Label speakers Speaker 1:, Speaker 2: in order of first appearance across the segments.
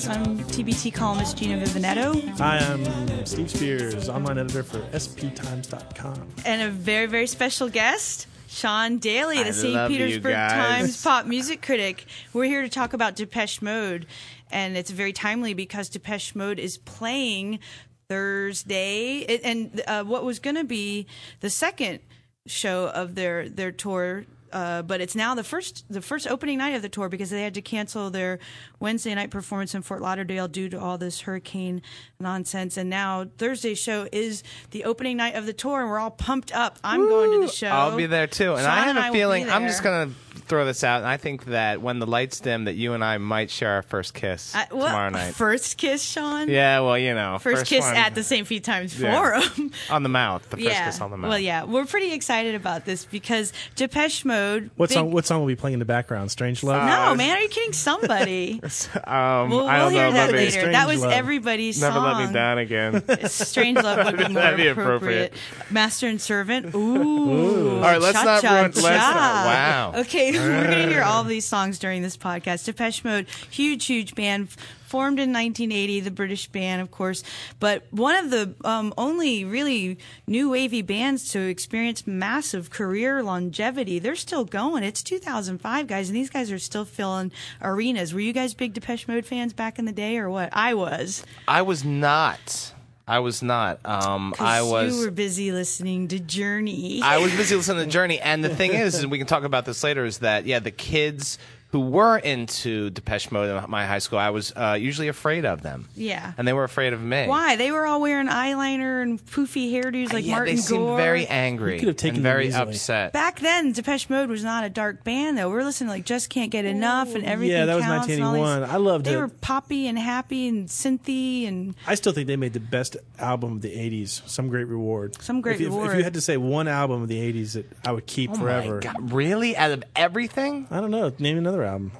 Speaker 1: TBT columnist Gina Vivanetto,
Speaker 2: I am Steve Spears, online editor for sptimes.com.
Speaker 1: and a very, very special guest, Sean Daly, the
Speaker 3: I
Speaker 1: St.
Speaker 3: love you
Speaker 1: Petersburg
Speaker 3: guys.
Speaker 1: Times pop music critic. We're here to talk about Depeche Mode, and it's very timely because Depeche Mode is playing Thursday, it, and uh, what was going to be the second show of their their tour. Uh, but it's now the first the first opening night of the tour because they had to cancel their Wednesday night performance in Fort Lauderdale due to all this hurricane nonsense. And now Thursday's show is the opening night of the tour, and we're all pumped up. I'm going to the show.
Speaker 3: I'll be there too. And
Speaker 1: Sean
Speaker 3: I have
Speaker 1: I
Speaker 3: a
Speaker 1: will
Speaker 3: feeling
Speaker 1: be
Speaker 3: I'm just
Speaker 1: there.
Speaker 3: gonna throw this out. And I think that when the lights dim, that you and I might share our first kiss
Speaker 1: I- well,
Speaker 3: tomorrow night.
Speaker 1: First kiss, Sean.
Speaker 3: yeah, well, you know,
Speaker 1: First, kiss
Speaker 3: one-
Speaker 1: at the St. Pete Times
Speaker 3: Yeah.
Speaker 1: Forum.
Speaker 3: on the mouth. The first
Speaker 1: yeah.
Speaker 3: kiss on the mouth.
Speaker 1: Well, yeah, we're pretty excited about this because Depeche Mode.
Speaker 2: What
Speaker 1: big-
Speaker 2: song, what song will be playing in the background? Strange Love?
Speaker 1: No, man, are you kidding? Somebody.
Speaker 3: uh, Um,
Speaker 1: We'll,
Speaker 3: I
Speaker 1: we'll
Speaker 3: don't
Speaker 1: hear
Speaker 3: know.
Speaker 1: that
Speaker 3: maybe
Speaker 1: later. That was
Speaker 2: Strange Love.
Speaker 1: everybody's
Speaker 3: Never
Speaker 1: song.
Speaker 3: let me down again.
Speaker 1: Strange love would be more
Speaker 3: That'd be
Speaker 1: appropriate.
Speaker 3: appropriate.
Speaker 1: Master and servant. Ooh. All
Speaker 3: right, let's not ruin- let's not- wow.
Speaker 1: Okay, we're gonna hear all these songs during this podcast. Depeche Mode, huge, huge band. f- Formed in 1980, the British band, of course, but one of the um, only really new wavy bands to experience massive career longevity. They're still going. It's 2005, guys, and these guys are still filling arenas. Were you guys big Depeche Mode fans back in the day, or what? I was.
Speaker 3: I was not. I was not. Um, I
Speaker 1: 'Cause
Speaker 3: was.
Speaker 1: You were busy listening to Journey.
Speaker 3: I was busy listening to Journey, and the thing is, and we can talk about this later, is that yeah, the kids who were into Depeche Mode in my high school, I was uh, usually afraid of them.
Speaker 1: Yeah.
Speaker 3: and they were afraid of me.
Speaker 1: Why they were all wearing eyeliner and poofy hairdos like
Speaker 3: yeah,
Speaker 1: Martin
Speaker 3: they seemed
Speaker 1: Gore.
Speaker 3: very angry
Speaker 2: You could have taken
Speaker 3: and
Speaker 2: them
Speaker 3: very
Speaker 2: easily.
Speaker 3: upset.
Speaker 1: Back then, Depeche Mode was not a dark band though. We were listening to, like Just Can't Get Enough and everything.
Speaker 2: Yeah, that was
Speaker 1: Counts and all these-
Speaker 2: 1981. I loved
Speaker 1: They
Speaker 2: it.
Speaker 1: were poppy and happy and synthy and
Speaker 2: I still think they made the best album of the 80s, Some Great Reward.
Speaker 1: Some Great
Speaker 2: If you- if, If
Speaker 1: Reward.
Speaker 2: you had to say one album of the 80s that I would keep
Speaker 3: Oh my
Speaker 2: forever,
Speaker 3: God, really? Out of everything,
Speaker 2: I don't know. Name another album.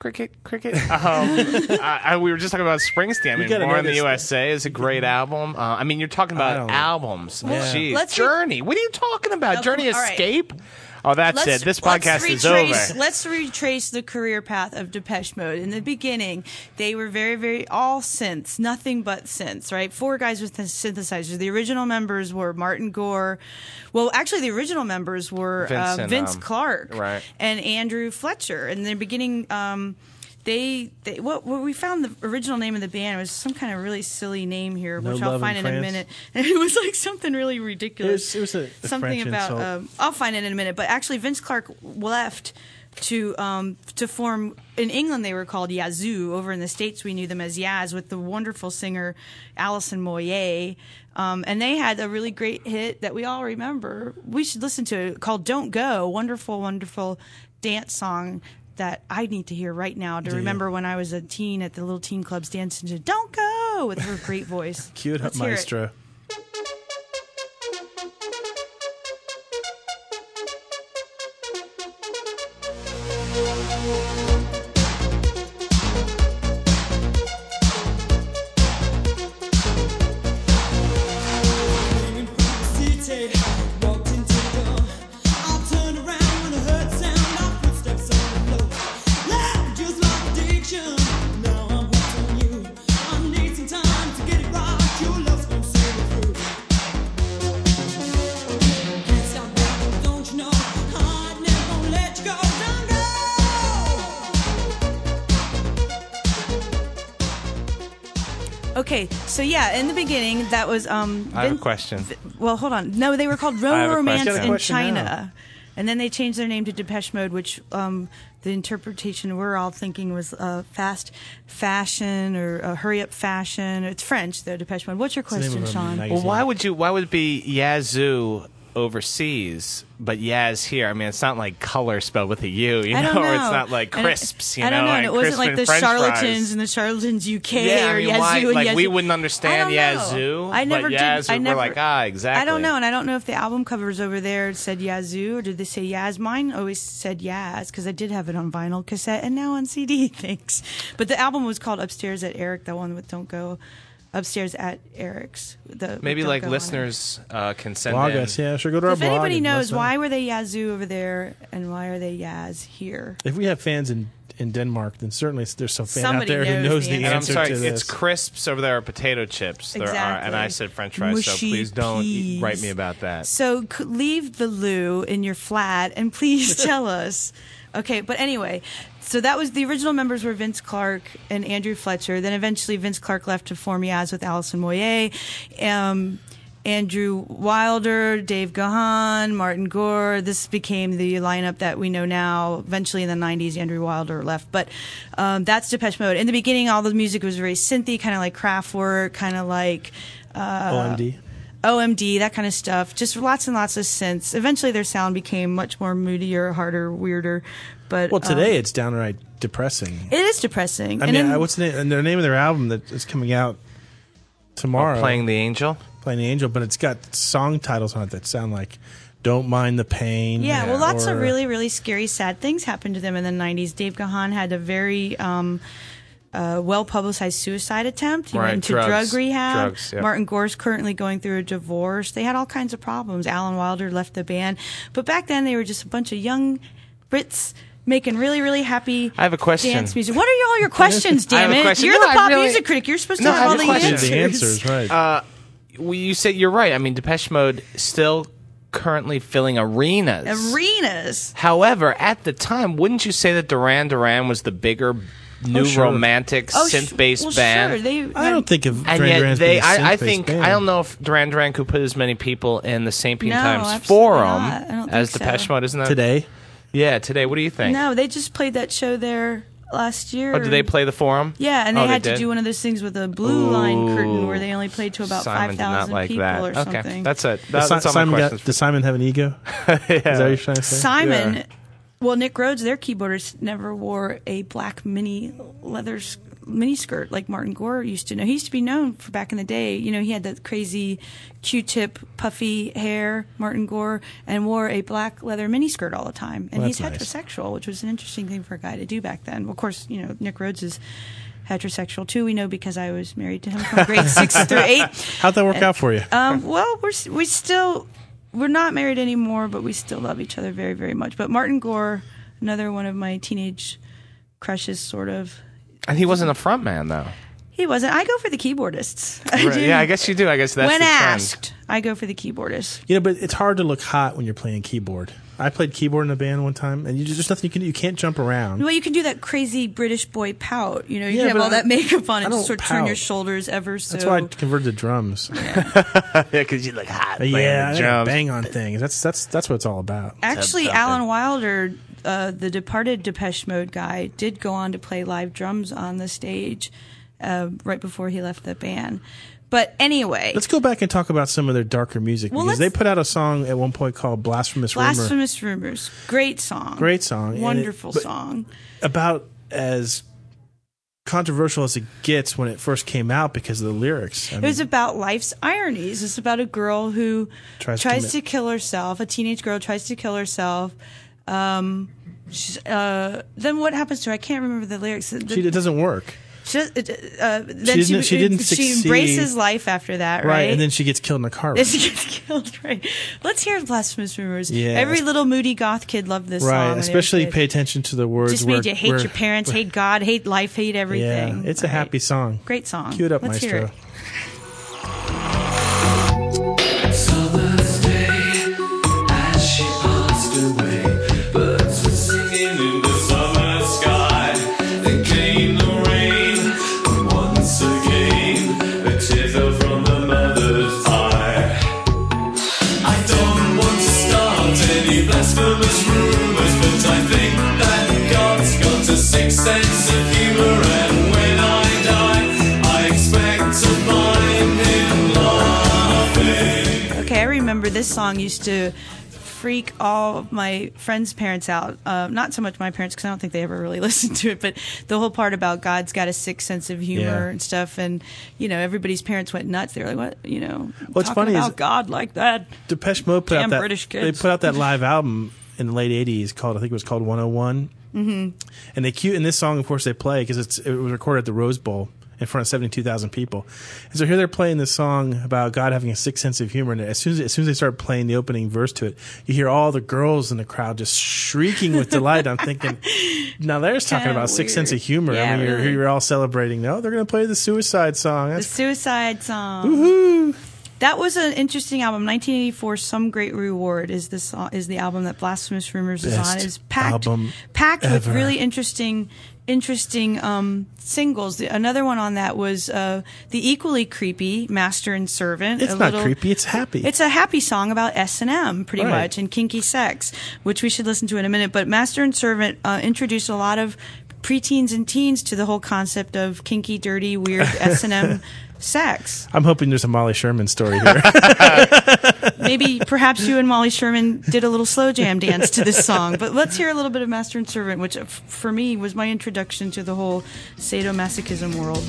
Speaker 3: cricket, cricket. Um, I, I, we were just talking about Springsteen. I mean,
Speaker 2: gotta
Speaker 3: Born in the
Speaker 2: notice that.
Speaker 3: USA is a great album. Uh, I mean, you're talking
Speaker 2: I don't
Speaker 3: about
Speaker 2: know.
Speaker 3: albums.
Speaker 2: Yeah.
Speaker 3: Jeez,
Speaker 1: let's re-
Speaker 3: Journey. what are you talking about?
Speaker 1: No,
Speaker 3: Journey
Speaker 1: come- all right.
Speaker 3: Escape. Oh, that's
Speaker 1: let's,
Speaker 3: it. This
Speaker 1: let's
Speaker 3: podcast is over.
Speaker 1: retrace, Let's retrace the career path of Depeche Mode. In the beginning, they were very, very all synths, nothing but synths, right? Four guys with the synthesizers. The original members were Martin Gore. Well, actually, the original members were
Speaker 3: Vince
Speaker 1: uh,
Speaker 3: and,
Speaker 1: Vince
Speaker 3: um,
Speaker 1: Clark
Speaker 3: right.
Speaker 1: and Andrew Fletcher. In the beginning, um, they, they what, what we found the original name of the band was some kind of really silly name here,
Speaker 2: No
Speaker 1: which I'll
Speaker 2: Love in
Speaker 1: find in, a
Speaker 2: France.
Speaker 1: minute. And it was like something really ridiculous.
Speaker 2: It was- it was a- a
Speaker 1: something
Speaker 2: French
Speaker 1: about.
Speaker 2: insult.
Speaker 1: Um, I'll find it in a minute. But actually, Vince Clark left to um, to form in England. They were called Yazoo. Over in the states, we knew them as Yaz with the wonderful singer Alison Moyet. Um, and they had a really great hit that we all remember. We should listen to it called "Don't Go." Wonderful, wonderful dance song that I need to hear right now to remember when I was a teen at the little teen clubs dancing to "Don't Go" with her great voice.
Speaker 2: Cue it up,
Speaker 1: Let's hear it.
Speaker 2: Maestro.
Speaker 1: Okay, so yeah, in the beginning, that was um.
Speaker 3: I have a
Speaker 1: Vin-
Speaker 3: question.
Speaker 1: Well, hold on. No, they were called Road
Speaker 3: have a
Speaker 1: Romance
Speaker 3: question.
Speaker 2: Got a
Speaker 1: in
Speaker 2: question
Speaker 1: China,
Speaker 2: now.
Speaker 1: and then they changed their name to Depeche Mode, which um, the interpretation we're all thinking was uh, fast fashion or uh, hurry up fashion. It's French though, Depeche Mode. What's your
Speaker 2: the name
Speaker 1: question,
Speaker 2: of a
Speaker 1: Sean?
Speaker 2: magazine.
Speaker 3: Well, why would you? Why would it be Yazoo overseas, but Yaz here? I mean, it's not like color spelled with a U, you
Speaker 1: I don't
Speaker 3: know,
Speaker 1: know.
Speaker 3: or it's not like
Speaker 1: And it-
Speaker 3: crisps, you
Speaker 1: I don't know. and
Speaker 3: like
Speaker 1: it wasn't
Speaker 3: crisp
Speaker 1: like
Speaker 3: and
Speaker 1: the
Speaker 3: French
Speaker 1: charlatans
Speaker 3: fries.
Speaker 1: and the charlatans UK
Speaker 3: yeah, I
Speaker 1: or
Speaker 3: mean,
Speaker 1: Yazoo
Speaker 3: why,
Speaker 1: and
Speaker 3: like
Speaker 1: Yazoo.
Speaker 3: we wouldn't
Speaker 1: I
Speaker 3: understand
Speaker 1: don't
Speaker 3: Yazoo.
Speaker 1: know. I never
Speaker 3: but
Speaker 1: did.
Speaker 3: Yazoo,
Speaker 1: I never
Speaker 3: We're like ah, exactly.
Speaker 1: I don't know, and I don't know if the album covers over there said Yazoo or did they say Yaz. Mine always said Yaz because I did have it on vinyl cassette and now on CD. Thanks, but the album was called Upstairs at Eric, the one with Don't Go. Upstairs at Eric's. The with
Speaker 3: Maybe
Speaker 1: Don't
Speaker 3: like
Speaker 1: Go on it.
Speaker 3: listeners uh, can send
Speaker 2: Blog
Speaker 3: in.
Speaker 2: us. Yeah, sure. Go to our
Speaker 1: If
Speaker 2: blog.
Speaker 1: anybody
Speaker 2: and let
Speaker 1: knows
Speaker 2: us know.
Speaker 1: why were they Yazoo over there and why are they Yaz here?
Speaker 2: If we have fans in in Denmark, then certainly there's some fan
Speaker 1: Somebody
Speaker 2: out there who
Speaker 1: knows
Speaker 2: knows the
Speaker 1: the
Speaker 2: answer,
Speaker 3: And I'm sorry,
Speaker 2: to this.
Speaker 3: it's crisps over there are potato chips. There are, and
Speaker 1: Exactly.
Speaker 3: I said French fries. so
Speaker 1: Mushy
Speaker 3: please don't e- write me
Speaker 1: peas.
Speaker 3: about that.
Speaker 1: So c- leave the loo in your flat and please tell us. Okay, but anyway, so that was the original members were Vince Clark and Andrew Fletcher. Then eventually Vince Clark left to form Yaz with Allison Moyer, um, Andrew Wilder, Dave Gahan, Martin Gore. This became the lineup that we know now. Eventually in the 90s, Andrew Wilder left. But um, that's Depeche Mode. In the beginning, all the music was very synthy, kind of like Kraftwerk, kind of like. Uh,
Speaker 2: OMD.
Speaker 1: OMD, that kind of stuff. Just lots and lots of synths. Eventually, their sound became much more moodier, harder, weirder. But
Speaker 2: Well,
Speaker 1: um,
Speaker 2: today it's downright depressing.
Speaker 1: it is depressing.
Speaker 2: I
Speaker 1: And
Speaker 2: mean,
Speaker 1: then-
Speaker 2: I- what's the name, and their name of their album that is coming out tomorrow?
Speaker 3: Playing the angel.
Speaker 2: playing the angel, but it's got song titles on it that sound like "Don't Mind the Pain."
Speaker 1: yeah, well, lots of
Speaker 2: or-
Speaker 1: really, really scary, sad things happened to them in the '90s. Dave Gahan had a very um, uh, well-publicized suicide attempt. He
Speaker 3: Right,
Speaker 1: went into
Speaker 3: drugs.
Speaker 1: drug rehab.
Speaker 3: Drugs, yeah.
Speaker 1: Martin Gore's currently going through a divorce. They had all kinds of problems. Alan Wilder left the band, but back then they were just a bunch of young Brits. Making really, really happy.
Speaker 3: I have a question.
Speaker 1: Dance music. What are all your questions,
Speaker 3: I have
Speaker 1: damn
Speaker 3: a
Speaker 1: it?
Speaker 3: question.
Speaker 1: You're
Speaker 3: No, I
Speaker 1: the pop
Speaker 3: really-
Speaker 1: music critic. You're supposed to
Speaker 3: No, I
Speaker 1: have
Speaker 3: have
Speaker 1: all
Speaker 3: a
Speaker 1: the
Speaker 2: Yeah,
Speaker 3: question.
Speaker 1: answers.
Speaker 2: the answers, right?
Speaker 3: Well, you said you're right. I mean, Depeche Mode still currently filling arenas.
Speaker 1: Arenas.
Speaker 3: However, at the time, wouldn't you say that Duran Duran was the bigger, new
Speaker 2: Oh, sure.
Speaker 3: romantic
Speaker 1: Oh, sh-
Speaker 3: synth-based
Speaker 1: well,
Speaker 3: band?
Speaker 1: Sure, they,
Speaker 2: I don't think of
Speaker 3: Uh, and
Speaker 2: Duran
Speaker 3: yet
Speaker 2: Duran's
Speaker 3: they,
Speaker 2: being a
Speaker 3: I, I
Speaker 2: synth-based
Speaker 3: think,
Speaker 2: band.
Speaker 3: I don't know if Duran Duran could put as many people in the St. Pete
Speaker 1: No,
Speaker 3: Times
Speaker 1: absolutely
Speaker 3: Forum
Speaker 1: not. I don't think
Speaker 3: as
Speaker 1: so.
Speaker 3: Depeche Mode, isn't that
Speaker 2: today.
Speaker 3: Yeah, today. What do you think?
Speaker 1: No, they just played that show there last year.
Speaker 3: Oh, did they play the Forum?
Speaker 1: Yeah, and they
Speaker 3: Oh,
Speaker 1: had
Speaker 3: did?
Speaker 1: to do one of those things with a blue line curtain where they only played to about
Speaker 3: Simon
Speaker 1: five
Speaker 3: did not
Speaker 1: thousand
Speaker 3: like
Speaker 1: people
Speaker 3: that.
Speaker 1: or
Speaker 3: okay,
Speaker 1: something.
Speaker 3: that's it.
Speaker 2: Does
Speaker 3: That-
Speaker 2: Si-
Speaker 3: that's all
Speaker 2: Simon
Speaker 3: my
Speaker 2: got-
Speaker 3: questions.
Speaker 2: does Simon have an ego? Is that what you're trying to say?
Speaker 1: Simon.
Speaker 3: Yeah.
Speaker 1: Well, Nick Rhodes, their keyboardist, never wore a black mini leather s- mini skirt like Martin Gore used to know. He used to be known for back in the day. You know, he had that crazy Q-tip, puffy hair, Martin Gore, and wore a black leather mini skirt all the time. And
Speaker 2: Well,
Speaker 1: he's
Speaker 2: that's nice.
Speaker 1: heterosexual, which was an interesting thing for a guy to do back then. Of course, you know, Nick Rhodes is heterosexual too. We know because I was married to him from grade six through eight.
Speaker 2: How'd that work out for you?
Speaker 1: Um, well, we're s- we still we're not married anymore, but we still love each other very very much. But Martin Gore, another one of my teenage crushes, sort of.
Speaker 3: and he wasn't a front man though.
Speaker 1: He wasn't. I go for the keyboardists. I
Speaker 3: Right.
Speaker 1: do.
Speaker 3: Yeah, I guess you do. I guess that's
Speaker 1: when
Speaker 3: the trend.
Speaker 1: asked, I go for the keyboardists.
Speaker 2: You know, but it's hard to look hot when you're playing keyboard. I played keyboard in a band one time, and you just, there's nothing you can do. You can't jump around.
Speaker 1: Well, you can do that crazy British boy pout. You know, you
Speaker 2: Yeah,
Speaker 1: can have
Speaker 2: but
Speaker 1: all that
Speaker 2: I-
Speaker 1: makeup on
Speaker 2: I
Speaker 1: and
Speaker 2: don't
Speaker 1: just sort of turn your
Speaker 2: pout.
Speaker 1: shoulders ever so.
Speaker 2: That's why I converted to drums.
Speaker 3: Yeah, because you look hot. playing
Speaker 2: yeah,
Speaker 3: the
Speaker 2: I gotta
Speaker 3: drums.
Speaker 2: bang on things. That's that's that's what it's all about.
Speaker 1: Actually,
Speaker 3: Something.
Speaker 1: Alan Wilder, uh, the departed Depeche Mode guy, did go on to play live drums on the stage uh, right before he left the band. But anyway,
Speaker 2: Let's go back and talk about some of their darker music
Speaker 1: Well,
Speaker 2: because they
Speaker 1: let's-
Speaker 2: put out a song at one point called "Blasphemous, Rumor"
Speaker 1: Blasphemous Rumors, great song,
Speaker 2: Great song, and it-
Speaker 1: wonderful
Speaker 2: but-
Speaker 1: song.
Speaker 2: about as controversial as it gets when it first came out because of the lyrics. I
Speaker 1: It
Speaker 2: mean,
Speaker 1: was about life's ironies. It's about a girl who
Speaker 2: Tries
Speaker 1: tries,
Speaker 2: to commit-
Speaker 1: to, kill herself. A teenage girl tries to kill herself. Um, she's, uh, then what happens to her? I can't remember the lyrics. The-
Speaker 2: she, it doesn't work,
Speaker 1: She, uh, then
Speaker 2: She
Speaker 1: she,
Speaker 2: didn't- she didn't
Speaker 1: she
Speaker 2: succeed.
Speaker 1: embraces life after that, right?
Speaker 2: And then she gets killed in a car.
Speaker 1: Then
Speaker 2: wreck.
Speaker 1: she gets killed, right? Let's hear blasphemous rumors.
Speaker 2: Yeah.
Speaker 1: Every little moody goth kid loved this song.
Speaker 2: Right,
Speaker 1: when they were
Speaker 2: especially
Speaker 1: kids.
Speaker 2: pay attention to the words.
Speaker 1: Just
Speaker 2: where-
Speaker 1: made you hate
Speaker 2: where-
Speaker 1: your parents, hate God, hate life, hate everything.
Speaker 2: Yeah, it's a
Speaker 1: Right.
Speaker 2: happy song.
Speaker 1: Great song.
Speaker 2: Cue it up,
Speaker 1: Let's
Speaker 2: Maestro.
Speaker 1: hear it.
Speaker 4: Summer's day, as she passed away, birds were singing in the summer sky. Then came the rain, and once again, a tear fell from the mother's eye. I don't want to start any blasphemous rumors, but I think that God's got a sick sense of humor, and when I die, I expect to find him laughing.
Speaker 1: Okay, I remember this song used to freak all of my friends' parents out. Uh, not so much my parents because I don't think they ever really listened to it, but the whole part about God's got a sick sense of humor
Speaker 2: Yeah.
Speaker 1: and stuff, and you know everybody's parents went nuts. They were like, "What? You know,
Speaker 2: What's
Speaker 1: talking
Speaker 2: funny is-
Speaker 1: about God like that?"
Speaker 2: Depeche Mode put out
Speaker 1: Damn
Speaker 2: that
Speaker 1: British kids.
Speaker 2: they put out that live album in the late '80s called oh I think it was called 101. Mm-hmm. And they cue in this song, of course, they play because it's it was recorded at the Rose Bowl in front of 72,000 people. And so here they're playing this song about God having a sick sense of humor. And as soon as, as soon as they start playing the opening verse to it, you hear all the girls in the crowd just shrieking with delight. I'm thinking, now there's talking
Speaker 1: Kinda
Speaker 2: about sick sense of
Speaker 1: weird.
Speaker 2: humor. I
Speaker 1: Yeah,
Speaker 2: mean, you're,
Speaker 1: really.
Speaker 2: you're all celebrating. Oh, they're going to play the suicide song.
Speaker 1: The
Speaker 2: That's
Speaker 1: Suicide Song. That was an interesting album. 1984, Some Great Reward is the song, is the album that Blasphemous Rumors is on.
Speaker 2: Best
Speaker 1: It's packed
Speaker 2: album
Speaker 1: packed with
Speaker 2: ever.
Speaker 1: really interesting interesting um, singles. The, another one on that was uh, the equally creepy Master and Servant.
Speaker 2: It's
Speaker 1: a
Speaker 2: not
Speaker 1: little-
Speaker 2: creepy. It's happy.
Speaker 1: It's a happy song about S and M, pretty
Speaker 2: Right.
Speaker 1: much, and kinky sex, which we should listen to in a minute. But Master and Servant uh, introduced a lot of preteens and teens to the whole concept of kinky, dirty, weird S and M sex.
Speaker 2: I'm hoping there's a Molly Sherman story here.
Speaker 1: Maybe perhaps you and Molly Sherman did a little slow jam dance to this song. But let's hear a little bit of Master and Servant, which uh, f- for me was my introduction to the whole sadomasochism world.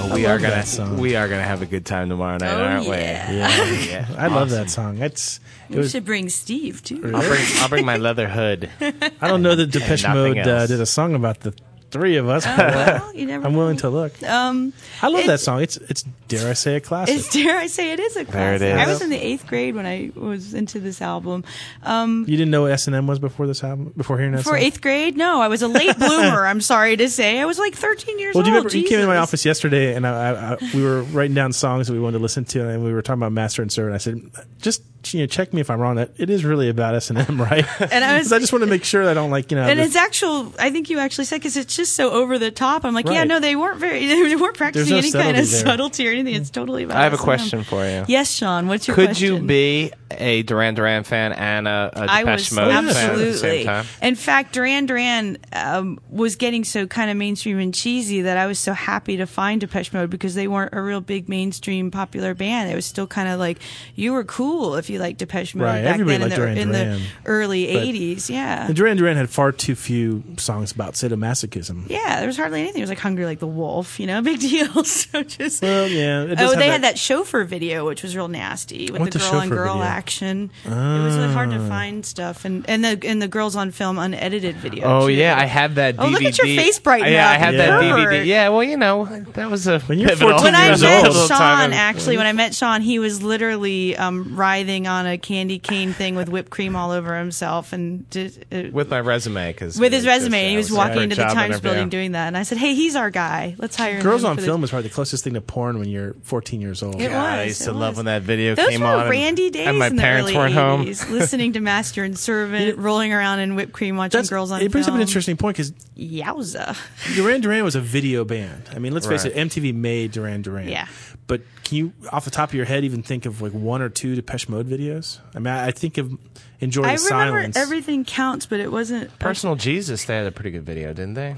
Speaker 3: Oh, we are gonna
Speaker 2: that song.
Speaker 3: we are gonna have a good time tomorrow night,
Speaker 1: Oh,
Speaker 3: aren't
Speaker 1: yeah.
Speaker 3: we?
Speaker 2: I love that song. It's. It
Speaker 1: We
Speaker 2: was,
Speaker 1: should bring Steve too.
Speaker 3: I'll bring I'll bring my leather hood.
Speaker 2: I don't know that Depeche
Speaker 3: nothing
Speaker 2: Mode uh,
Speaker 3: else.
Speaker 2: did a song about the three of us. but
Speaker 1: Well, you never
Speaker 2: I'm willing
Speaker 1: know.
Speaker 2: to look.
Speaker 1: Um,
Speaker 2: I love
Speaker 1: it-
Speaker 2: that song. It's it's dare I say a classic.
Speaker 1: It's dare I say it is a
Speaker 3: There it
Speaker 1: classic. I
Speaker 3: is.
Speaker 1: was in the eighth grade when I was into this album. Um,
Speaker 2: you didn't know what S and M was before this album, before hearing that
Speaker 1: for
Speaker 2: song.
Speaker 1: eighth grade, no, I was a late bloomer. I'm sorry to say, I was like 13 years
Speaker 2: well,
Speaker 1: old.
Speaker 2: do you remember you came into my
Speaker 1: Jesus.
Speaker 2: office yesterday and I, I, I we were writing down songs that we wanted to listen to and we were talking about Master and Servant. I said, just you know, check me if I'm wrong. That it is really about S and M, right?
Speaker 1: And I
Speaker 2: 'Cause
Speaker 1: was-
Speaker 2: I just want to make sure that I don't like you know.
Speaker 1: And
Speaker 2: the-
Speaker 1: it's actual. I think you actually said because it's just so over the top. I'm like, yeah,
Speaker 2: Right.
Speaker 1: no, they weren't very. They weren't practicing
Speaker 2: no
Speaker 1: any kind of
Speaker 2: subtlety there.
Speaker 1: subtlety or anything. It's totally. About
Speaker 3: I have a
Speaker 1: S&M.
Speaker 3: question for you.
Speaker 1: Yes, Sean. What's your
Speaker 3: Could
Speaker 1: question?
Speaker 3: you be a Duran Duran fan and a, a
Speaker 1: I
Speaker 3: uh, Depeche
Speaker 1: was
Speaker 3: Mode fan at the
Speaker 1: absolutely.
Speaker 3: same time?
Speaker 1: In fact, Duran Duran um, was getting so kind of mainstream and cheesy that I was so happy to find Depeche Mode because they weren't a real big mainstream popular band. It was still kind of like you were cool if you liked Depeche Mode
Speaker 2: Right,
Speaker 1: back
Speaker 2: everybody
Speaker 1: then in,
Speaker 2: liked
Speaker 1: the, in
Speaker 2: Duran
Speaker 1: the
Speaker 2: Duran.
Speaker 1: early
Speaker 2: But-
Speaker 1: '80s. Yeah,
Speaker 2: and Duran Duran had far too few songs about sadomasochism.
Speaker 1: yeah. There was hardly anything. It was like "Hungry Like the Wolf," you know, big deal. so just
Speaker 2: Well, yeah. It does
Speaker 1: oh,
Speaker 2: have
Speaker 1: they had that chauffeur video, which was real nasty with
Speaker 2: What's
Speaker 1: the
Speaker 2: a
Speaker 1: girl on
Speaker 2: chauffeur
Speaker 1: girl
Speaker 2: video? Ah.
Speaker 1: action. It was really hard to find stuff, and and the and the girls on film unedited video.
Speaker 3: Oh
Speaker 1: too.
Speaker 3: yeah, I have that. DVD.
Speaker 1: Oh, look at your face brighten
Speaker 3: Yeah, I
Speaker 1: up.
Speaker 3: had
Speaker 2: Yeah.
Speaker 3: that
Speaker 1: Pervert.
Speaker 3: DVD. Yeah, well, you know, that was a
Speaker 2: you're
Speaker 3: pivotal,
Speaker 2: 14
Speaker 1: When I
Speaker 2: years
Speaker 1: met
Speaker 2: old.
Speaker 3: pivotal
Speaker 1: Sean,
Speaker 3: time.
Speaker 1: actually, when I met Sean, he was literally um, writhing on a candy cane thing with whipped cream all over himself, and did, uh,
Speaker 3: with my resume, because
Speaker 1: with his resume, and he was walking into the Times building doing that. And I said, "Hey, he's our guy. Let's hire
Speaker 2: Girls
Speaker 1: him
Speaker 2: on
Speaker 1: for
Speaker 2: Film
Speaker 1: This.
Speaker 2: is probably the closest thing to porn when you're 14 years old.
Speaker 1: It
Speaker 3: God, I
Speaker 1: was,
Speaker 3: used
Speaker 1: it
Speaker 3: to love
Speaker 1: was.
Speaker 3: when that video
Speaker 1: Those
Speaker 3: came
Speaker 1: were
Speaker 3: on. and-
Speaker 1: randy days
Speaker 3: and my
Speaker 1: in the
Speaker 3: parents
Speaker 1: early
Speaker 3: weren't home.
Speaker 1: 80s, listening to Master and Servant, rolling around in whipped cream, watching
Speaker 2: That's-
Speaker 1: girls on
Speaker 2: it brings
Speaker 1: film.
Speaker 2: up an interesting point because
Speaker 1: Yowza.
Speaker 2: Duran Duran was a video band. I mean, let's face
Speaker 3: Right.
Speaker 2: it, MTV made Duran Duran.
Speaker 1: Yeah.
Speaker 2: But can you, off the top of your head, even think of like one or two Depeche Mode videos? I mean, I, I think of Enjoy
Speaker 1: I
Speaker 2: the
Speaker 1: remember
Speaker 2: Silence.
Speaker 1: everything counts, but it wasn't.
Speaker 3: Personal Jesus, they had a pretty good video, didn't they?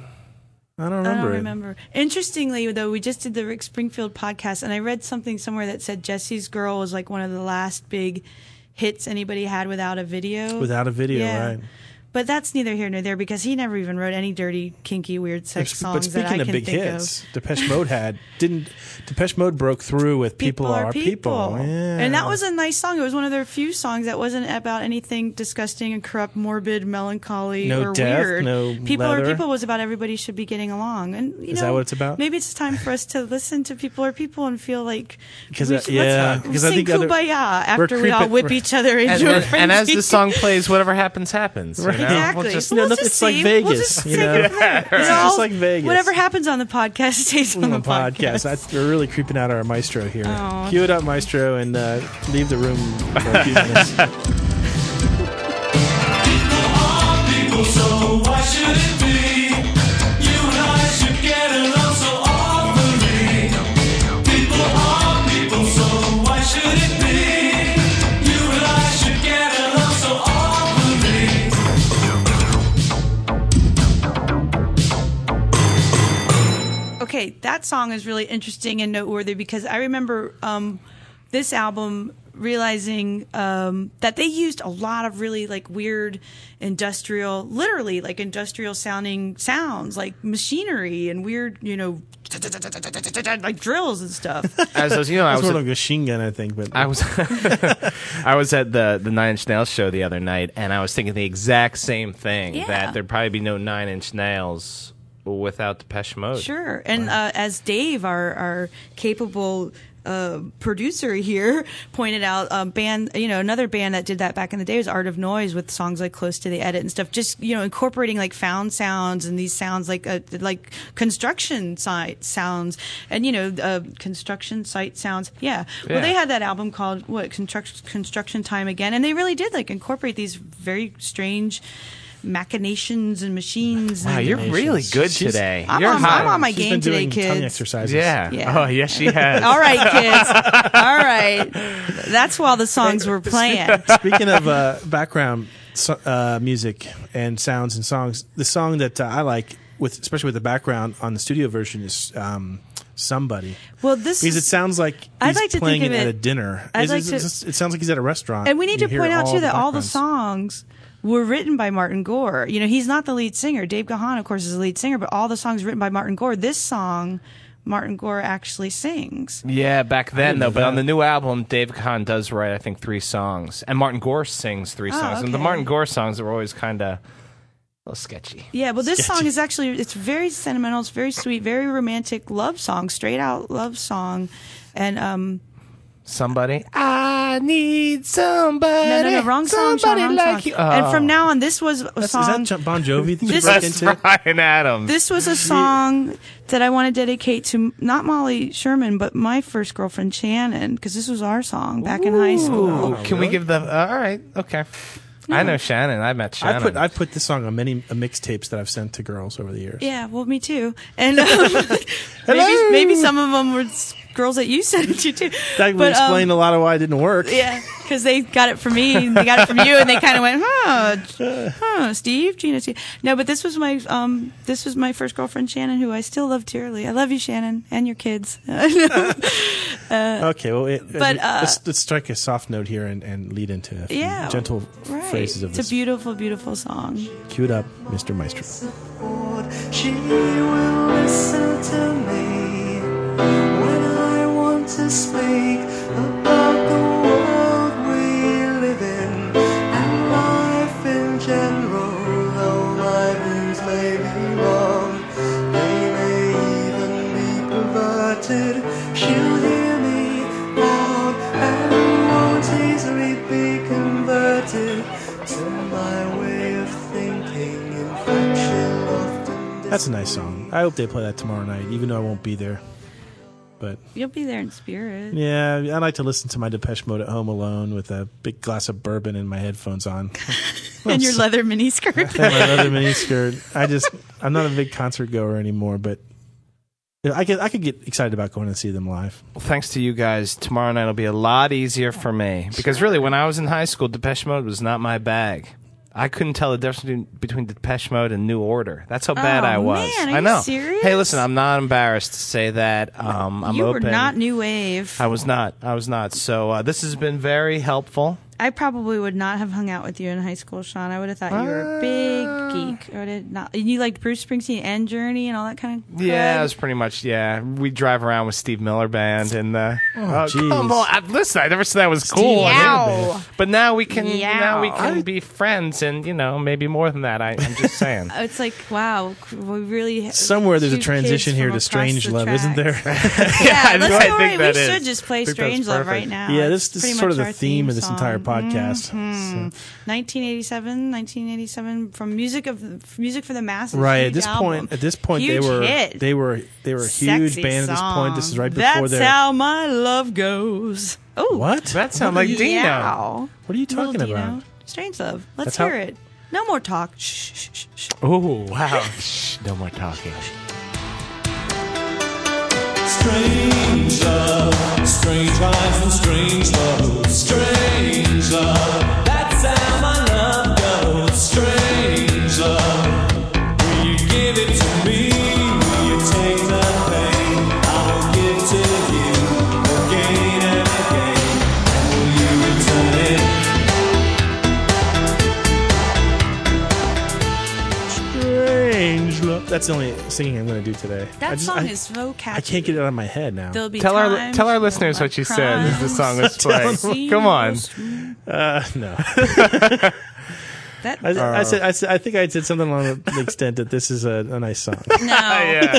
Speaker 2: I don't
Speaker 1: I
Speaker 2: remember.
Speaker 1: don't
Speaker 2: it.
Speaker 1: remember. Interestingly, though, we just did the Rick Springfield podcast, and I read something somewhere that said Jesse's Girl was like one of the last big hits anybody had without a video.
Speaker 2: Without a video,
Speaker 1: Yeah.
Speaker 2: right?
Speaker 1: But that's neither here nor there because he never even wrote any dirty, kinky, weird sex songs
Speaker 2: But
Speaker 1: that I
Speaker 2: speaking
Speaker 1: can
Speaker 2: of big
Speaker 1: think
Speaker 2: hits,
Speaker 1: of.
Speaker 2: Depeche Mode had didn't Depeche Mode broke through with People, Are People, Yeah.
Speaker 1: And that was a nice song. It was one of their few songs that wasn't about anything disgusting and corrupt, morbid, melancholy,
Speaker 2: No
Speaker 1: or
Speaker 2: death,
Speaker 1: weird.
Speaker 2: no
Speaker 1: people
Speaker 2: leather.
Speaker 1: are people was about everybody should be getting along. And you
Speaker 2: Is
Speaker 1: know,
Speaker 2: that what it's about?
Speaker 1: Maybe it's time for us to listen to people are people and feel like
Speaker 2: 'Cause,
Speaker 1: we
Speaker 2: uh,
Speaker 1: should-
Speaker 2: yeah,
Speaker 1: let's
Speaker 2: 'cause I
Speaker 1: sing
Speaker 2: think other-
Speaker 1: kumbaya
Speaker 2: we're
Speaker 1: after we all
Speaker 2: creeping-
Speaker 1: whip
Speaker 2: we're-
Speaker 1: each other into
Speaker 3: And,
Speaker 1: a
Speaker 3: and, and as
Speaker 1: frenzy.
Speaker 3: the song plays, whatever happens, happens. you
Speaker 2: Right.
Speaker 3: know?
Speaker 1: Exactly.
Speaker 3: We'll just-
Speaker 1: Well,
Speaker 2: you know,
Speaker 1: let's
Speaker 2: it's
Speaker 1: just
Speaker 2: like
Speaker 1: see.
Speaker 2: Vegas,
Speaker 1: We'll just
Speaker 2: you
Speaker 1: take
Speaker 2: know?
Speaker 1: it from there.
Speaker 2: It's
Speaker 1: all-
Speaker 2: just like Vegas.
Speaker 1: Whatever happens on the podcast stays on,
Speaker 2: on the podcast. That's, we're really creeping out our maestro here.
Speaker 1: Aw.
Speaker 2: Cue it up, maestro, and uh, leave the room. for a few minutes.
Speaker 4: people, so why should it be? You and I should get along so awfully. People are people, so why should it be? You and I should get along so awfully.
Speaker 1: Okay, that song is really interesting and noteworthy because I remember um, this album realizing um, that they used a lot of really like weird industrial, literally like industrial sounding sounds, like machinery and weird, you know, like drills and stuff.
Speaker 3: As I was, you know, I
Speaker 2: It's
Speaker 3: was
Speaker 2: more like a machine gun, I think. But
Speaker 3: I was I was at the the Nine Inch Nails show the other night, and I was thinking the exact same thing
Speaker 1: Yeah.
Speaker 3: that there'd probably be no Nine Inch Nails without Depeche Mode.
Speaker 1: Sure. And uh, as Dave, our our capable uh, producer here, pointed out, um, band you know another band that did that back in the day was Art of Noise with songs like "Close to the Edit" and stuff. Just you know incorporating like found sounds and these sounds like uh, like construction site sounds and you know uh, construction site sounds. Yeah. Well,
Speaker 3: Yeah.
Speaker 1: they had that album called what Construction Construction Time again, and they really did like incorporate these very strange machinations and machines.
Speaker 3: Wow,
Speaker 1: and
Speaker 3: you're really good
Speaker 2: She's-
Speaker 3: today.
Speaker 1: I'm
Speaker 3: you're
Speaker 1: on-
Speaker 3: hot.
Speaker 1: I'm on my
Speaker 2: She's
Speaker 1: game
Speaker 2: been
Speaker 1: today,
Speaker 2: doing tongue
Speaker 1: kids.
Speaker 2: exercises.
Speaker 3: yeah.
Speaker 1: Yeah.
Speaker 3: Oh, yes, she has.
Speaker 1: All right, kids. All right. That's why all the songs were planned.
Speaker 2: Speaking of uh, background so, uh, music and sounds and songs, the song that uh, I like, with especially with the background on the studio version, is um, "Somebody."
Speaker 1: Well, this
Speaker 2: because
Speaker 1: is-
Speaker 2: it sounds like he's
Speaker 1: I'd like to
Speaker 2: playing
Speaker 1: think
Speaker 2: it
Speaker 1: of
Speaker 2: at a
Speaker 1: it-
Speaker 2: dinner.
Speaker 1: I'd
Speaker 2: It's-
Speaker 1: like
Speaker 2: it's-
Speaker 1: to-
Speaker 2: it's- it sounds like he's at a restaurant.
Speaker 1: And we need
Speaker 2: You
Speaker 1: to
Speaker 2: hear
Speaker 1: point out too that all the
Speaker 2: backgrounds.
Speaker 1: songs were written by Martin Gore. You know, he's not the lead singer. Dave Gahan, of course, is the lead singer, but all the songs written by Martin Gore. This song, Martin Gore actually sings.
Speaker 3: Yeah, back then
Speaker 2: know
Speaker 3: though, but
Speaker 2: that.
Speaker 3: on the new album, Dave Kahn does write I think three songs, and Martin Gore sings three songs, and the
Speaker 1: okay.
Speaker 3: Martin Gore songs are always kind of a little sketchy.
Speaker 1: Yeah, well, this song is actually it's very sentimental. It's very sweet, very romantic love song, straight out love song, and um,
Speaker 3: Somebody, I need somebody.
Speaker 1: no, no, no, wrong song, Sean,
Speaker 3: somebody
Speaker 1: wrong
Speaker 3: like
Speaker 1: song.
Speaker 3: you. Oh.
Speaker 1: And from now on, this was a
Speaker 2: Oh. Is that
Speaker 1: song.
Speaker 2: Jo- Bon Jovi? that you
Speaker 1: This
Speaker 2: broke
Speaker 3: That's
Speaker 2: into?
Speaker 3: Ryan Adams.
Speaker 1: This was a song that I want to dedicate to not Molly Sherman, but my first girlfriend Shannon, because this was our song back in high school.
Speaker 3: Ooh, can we give the? Uh, all right, okay. I know Shannon. I met Shannon.
Speaker 2: I put I put this song on many uh, mixtapes that I've sent to girls over the years.
Speaker 1: Yeah, well, me too. And um, maybe maybe some of them were s- girls that you sent it to too.
Speaker 2: That would
Speaker 1: But, um,
Speaker 2: explain a lot of why it didn't work.
Speaker 1: Yeah, because they got it from me, and they got it from you, and they kind of went, huh, J- huh, Steve, Gina, Steve. No, but this was my um, this was my first girlfriend, Shannon, who I still love dearly. I love you, Shannon, and your kids.
Speaker 2: Okay, well, it,
Speaker 1: But, uh,
Speaker 2: let's, let's strike a soft note here and, and lead into a few
Speaker 1: yeah,
Speaker 2: gentle
Speaker 1: right.
Speaker 2: phrases of
Speaker 1: it's
Speaker 2: this.
Speaker 1: a beautiful, beautiful song.
Speaker 2: Cue it up, Mr. Maestro.
Speaker 5: She will listen to me when I want to speak about the world we live in and life in general. Though my views may be wrong, they may even be perverted. She'll hear me loud and won't easily be converted to my way of thinking. In fact, she'll often.
Speaker 2: That's a nice song. I hope they play that tomorrow night, even though I won't be there. But
Speaker 1: You'll be there in spirit.
Speaker 2: yeah, I like to listen to my Depeche Mode at home alone with a big glass of bourbon and my headphones on.
Speaker 1: and your leather mini skirt.
Speaker 2: and my leather mini skirt. I just, I'm not a big concert goer anymore, but I could, I could get excited about going and see them live.
Speaker 3: thanks to you guys, tomorrow night will be a lot easier for me. Because really, when I was in high school, Depeche Mode was not my bag. I couldn't tell the difference between, between Depeche Mode and New Order. That's how bad
Speaker 1: Oh,
Speaker 3: I was.
Speaker 1: man, are
Speaker 3: I
Speaker 1: you
Speaker 3: know.
Speaker 1: serious?
Speaker 3: Hey, listen, I'm not embarrassed to say that. Um, I'm
Speaker 1: you
Speaker 3: open.
Speaker 1: were not new wave.
Speaker 3: I was not. I was not. So uh, this has been very helpful.
Speaker 1: I probably would not have hung out with you in high school, Sean. I would have thought you were a
Speaker 2: Ah.
Speaker 1: big geek. I would have not. You liked Bruce Springsteen and Journey and all that kind of.
Speaker 3: Yeah, it
Speaker 1: crud.
Speaker 3: was pretty much. Yeah, we drive around with Steve Miller Band, and uh, oh,
Speaker 2: jeez.
Speaker 3: come on! I, listen, I never said that was cool.
Speaker 1: Miller Yow. Band.
Speaker 3: But now we can now we
Speaker 1: Yow.
Speaker 3: can be friends, and you know maybe more than that. I, I'm just saying.
Speaker 1: Oh, It's like wow, we really.
Speaker 2: Somewhere there's a
Speaker 1: shoot
Speaker 2: transition
Speaker 1: kids
Speaker 2: here
Speaker 1: from
Speaker 2: to
Speaker 1: across
Speaker 2: strange
Speaker 1: the
Speaker 2: love, isn't
Speaker 1: tracks.
Speaker 2: there?
Speaker 1: Yeah,
Speaker 3: I
Speaker 1: let's
Speaker 3: know, I
Speaker 1: go
Speaker 3: think
Speaker 1: right-
Speaker 3: that
Speaker 1: We
Speaker 3: is.
Speaker 1: should just play
Speaker 3: I think that's
Speaker 1: strange love right
Speaker 3: perfect.
Speaker 1: now.
Speaker 2: yeah,
Speaker 1: It's
Speaker 2: this, this
Speaker 1: pretty
Speaker 2: is sort of
Speaker 1: much
Speaker 2: the
Speaker 1: our
Speaker 2: theme of this
Speaker 1: song. Mm-hmm.
Speaker 2: entire podcast. So-
Speaker 1: 1987, 1987 from music of music for the masses.
Speaker 2: right at
Speaker 1: huge
Speaker 2: this
Speaker 1: album.
Speaker 2: point at this point
Speaker 1: Huge
Speaker 2: they were
Speaker 1: hit.
Speaker 2: they were they were a huge
Speaker 1: Sexy
Speaker 2: band at this point this is right
Speaker 1: song.
Speaker 2: before
Speaker 1: That's
Speaker 2: their
Speaker 1: how my love goes. Oh,
Speaker 2: what
Speaker 3: That sounds like Dino.
Speaker 1: Yeah.
Speaker 2: What are you
Speaker 1: Little
Speaker 2: talking
Speaker 1: Dino.
Speaker 2: about?
Speaker 1: Strange love. Let's
Speaker 2: That's how-
Speaker 1: hear it. No more talk. Shh, shh, shh, shh.
Speaker 3: Oh wow! Shh, no more talking.
Speaker 4: Strange love, strange eyes and strange love, strange love. That's how my love goes. Strange love. Will you give it to me? Will you take the pain? I will give to you again and again. And will you
Speaker 2: that's the only singing I'm going to do today. I
Speaker 1: That
Speaker 2: just-
Speaker 1: song
Speaker 2: I-
Speaker 1: is so catchy.
Speaker 2: I can't get it out of my head now.
Speaker 1: There'll be
Speaker 3: Tell our
Speaker 1: times
Speaker 3: tell our
Speaker 1: when
Speaker 3: listeners
Speaker 1: my
Speaker 3: what you said as the
Speaker 1: crimes
Speaker 3: song was playing.
Speaker 1: seem
Speaker 3: Come on.
Speaker 2: Uh, no,
Speaker 1: That,
Speaker 2: I, I said, I said I think I said something along the extent that this is a, a nice song.
Speaker 1: no,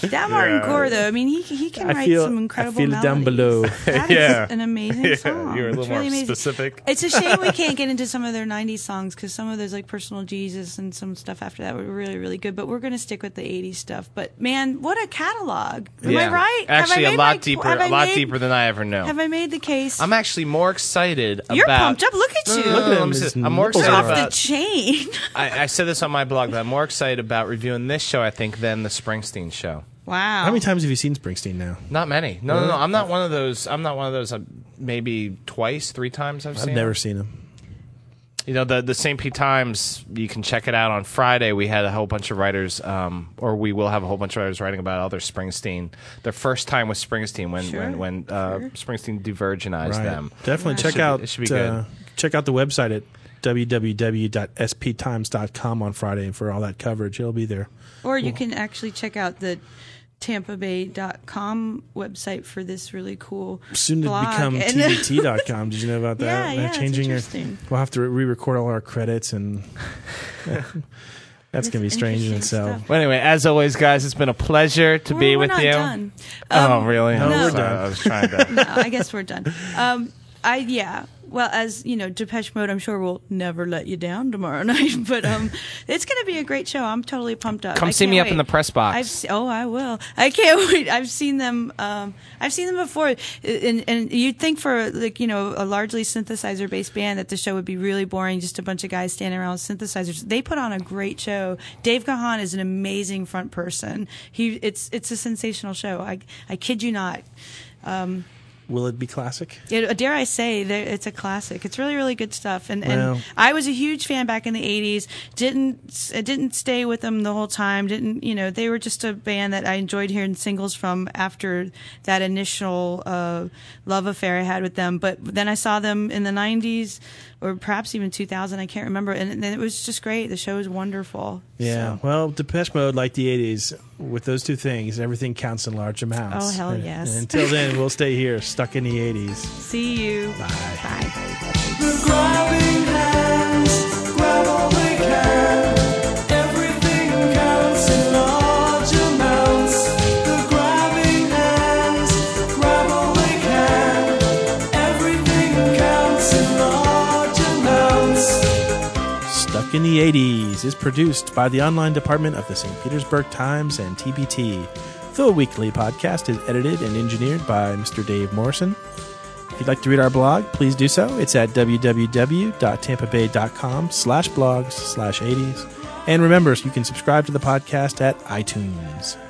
Speaker 3: Yeah.
Speaker 1: that Martin
Speaker 3: Yeah.
Speaker 1: Gore though. I mean, he he can
Speaker 2: I
Speaker 1: write
Speaker 2: feel-
Speaker 1: some
Speaker 2: I
Speaker 1: incredible.
Speaker 2: feel it
Speaker 1: melodies.
Speaker 2: down below.
Speaker 1: That is
Speaker 3: Yeah.
Speaker 1: an amazing song.
Speaker 3: you were a little
Speaker 1: It's
Speaker 3: more
Speaker 1: really amazing.
Speaker 3: specific.
Speaker 1: It's a shame we can't get into some of their '90s songs because some of those, like "Personal Jesus" and some stuff after that, were really, really good. But we're going to stick with the '80s stuff. But man, what a catalog! Am I right? Have I
Speaker 3: Actually,
Speaker 1: made
Speaker 3: a lot
Speaker 1: my-
Speaker 3: deeper,
Speaker 1: have I
Speaker 3: a lot
Speaker 1: made-
Speaker 3: deeper than I ever knew.
Speaker 1: Have I made the case?
Speaker 3: I'm actually more excited
Speaker 1: You're
Speaker 3: about.
Speaker 1: pumped up. Look at
Speaker 3: No, no,
Speaker 1: you.
Speaker 3: no, no,
Speaker 1: Look at
Speaker 3: let
Speaker 2: him.
Speaker 3: me say
Speaker 2: His
Speaker 3: this. I'm more
Speaker 2: nipples
Speaker 3: excited
Speaker 2: are
Speaker 1: off the
Speaker 3: about.
Speaker 1: chain.
Speaker 3: I, I said this on my blog, but I'm more excited about reviewing this show. I think than the Springsteen show.
Speaker 1: wow.
Speaker 2: How many times have you seen Springsteen now?
Speaker 3: Not many. No, no, no. I'm not one of those. I'm not one of those. Uh, maybe twice, three times I've
Speaker 2: I've
Speaker 3: seen. it.
Speaker 2: never seen him.
Speaker 3: You know, the the St. Pete Times. You can check it out on Friday. We had a whole bunch of writers, um, or we will have a whole bunch of writers writing about other Springsteen. Their first time with Springsteen when
Speaker 1: Sure,
Speaker 3: when when uh, Springsteen divergenized
Speaker 2: Right.
Speaker 3: them.
Speaker 2: Definitely
Speaker 1: It
Speaker 2: check
Speaker 3: should be-
Speaker 2: out
Speaker 3: it should be good.
Speaker 2: Uh, check out the website at www.sptimes.com on Friday for all that coverage. It'll be there.
Speaker 1: Or you can actually check out the tampabay.com website for this really cool
Speaker 2: Soon to
Speaker 1: blog.
Speaker 2: become
Speaker 1: And-
Speaker 2: tvt.com. Did you know about that? Uh,
Speaker 1: Yeah, yeah, it's
Speaker 2: your-
Speaker 1: interesting.
Speaker 2: We'll have to re-record all our credits, and that's gonna be strange in
Speaker 1: interesting
Speaker 2: itself.
Speaker 1: stuff.
Speaker 3: Well, anyway, as always, guys, it's been a pleasure to
Speaker 1: We're-
Speaker 3: be
Speaker 1: we're
Speaker 3: with
Speaker 1: not
Speaker 3: you.
Speaker 1: done. Um,
Speaker 3: oh, really?
Speaker 2: no,
Speaker 3: I'm
Speaker 2: we're
Speaker 3: sorry.
Speaker 2: done.
Speaker 3: I was trying to.
Speaker 1: I guess we're done. Um, I yeah. Well, as you know, Depeche Mode, I'm sure will never let you down tomorrow night. But um, it's going to be a great show. I'm totally pumped up.
Speaker 3: Come
Speaker 1: I
Speaker 3: see me
Speaker 1: can't
Speaker 3: up in
Speaker 1: wait.
Speaker 3: the press box.
Speaker 1: I've se- oh, I will. I can't wait. I've seen them. Um, I've seen them before, and and you'd think for like you know a largely synthesizer based band that the show would be really boring, just a bunch of guys standing around with synthesizers. They put on a great show. Dave Gahan is an amazing front person. He it's it's a sensational show. I I kid you not. Um,
Speaker 2: Will it be classic?
Speaker 1: it, uh, dare I say, that it's a classic. It's really, really good stuff. And,
Speaker 2: Well-
Speaker 1: and I was a huge fan back in the '80s. Didn't I didn't stay with them the whole time. Didn't you know? They were just a band that I enjoyed hearing singles from after that initial uh, love affair I had with them. But then I saw them in the '90s, or perhaps even 2000. I can't remember. And, then it was just great. The show was wonderful.
Speaker 2: Yeah.
Speaker 1: So-
Speaker 2: Well, Depeche Mode, like the '80s, with those two things, everything counts in large
Speaker 1: Oh,
Speaker 2: amounts.
Speaker 1: hell
Speaker 2: And-
Speaker 1: yes.
Speaker 2: And until then, we'll stay here, stuck in the '80s.
Speaker 1: see you. Bye.
Speaker 5: Grabbing hands, grab all they can. Everything counts in large amounts. The grabbing hands, grab all they can. Everything counts in large amounts.
Speaker 2: Stuck in the 80s is produced by the online department of the St. Petersburg Times and TBT. The weekly podcast is edited and engineered by Mr. Dave Morrison. If you'd like to read our blog, please do so. It's at www.tampabay.com slash blogs slash 80s. And remember, you can subscribe to the podcast at iTunes.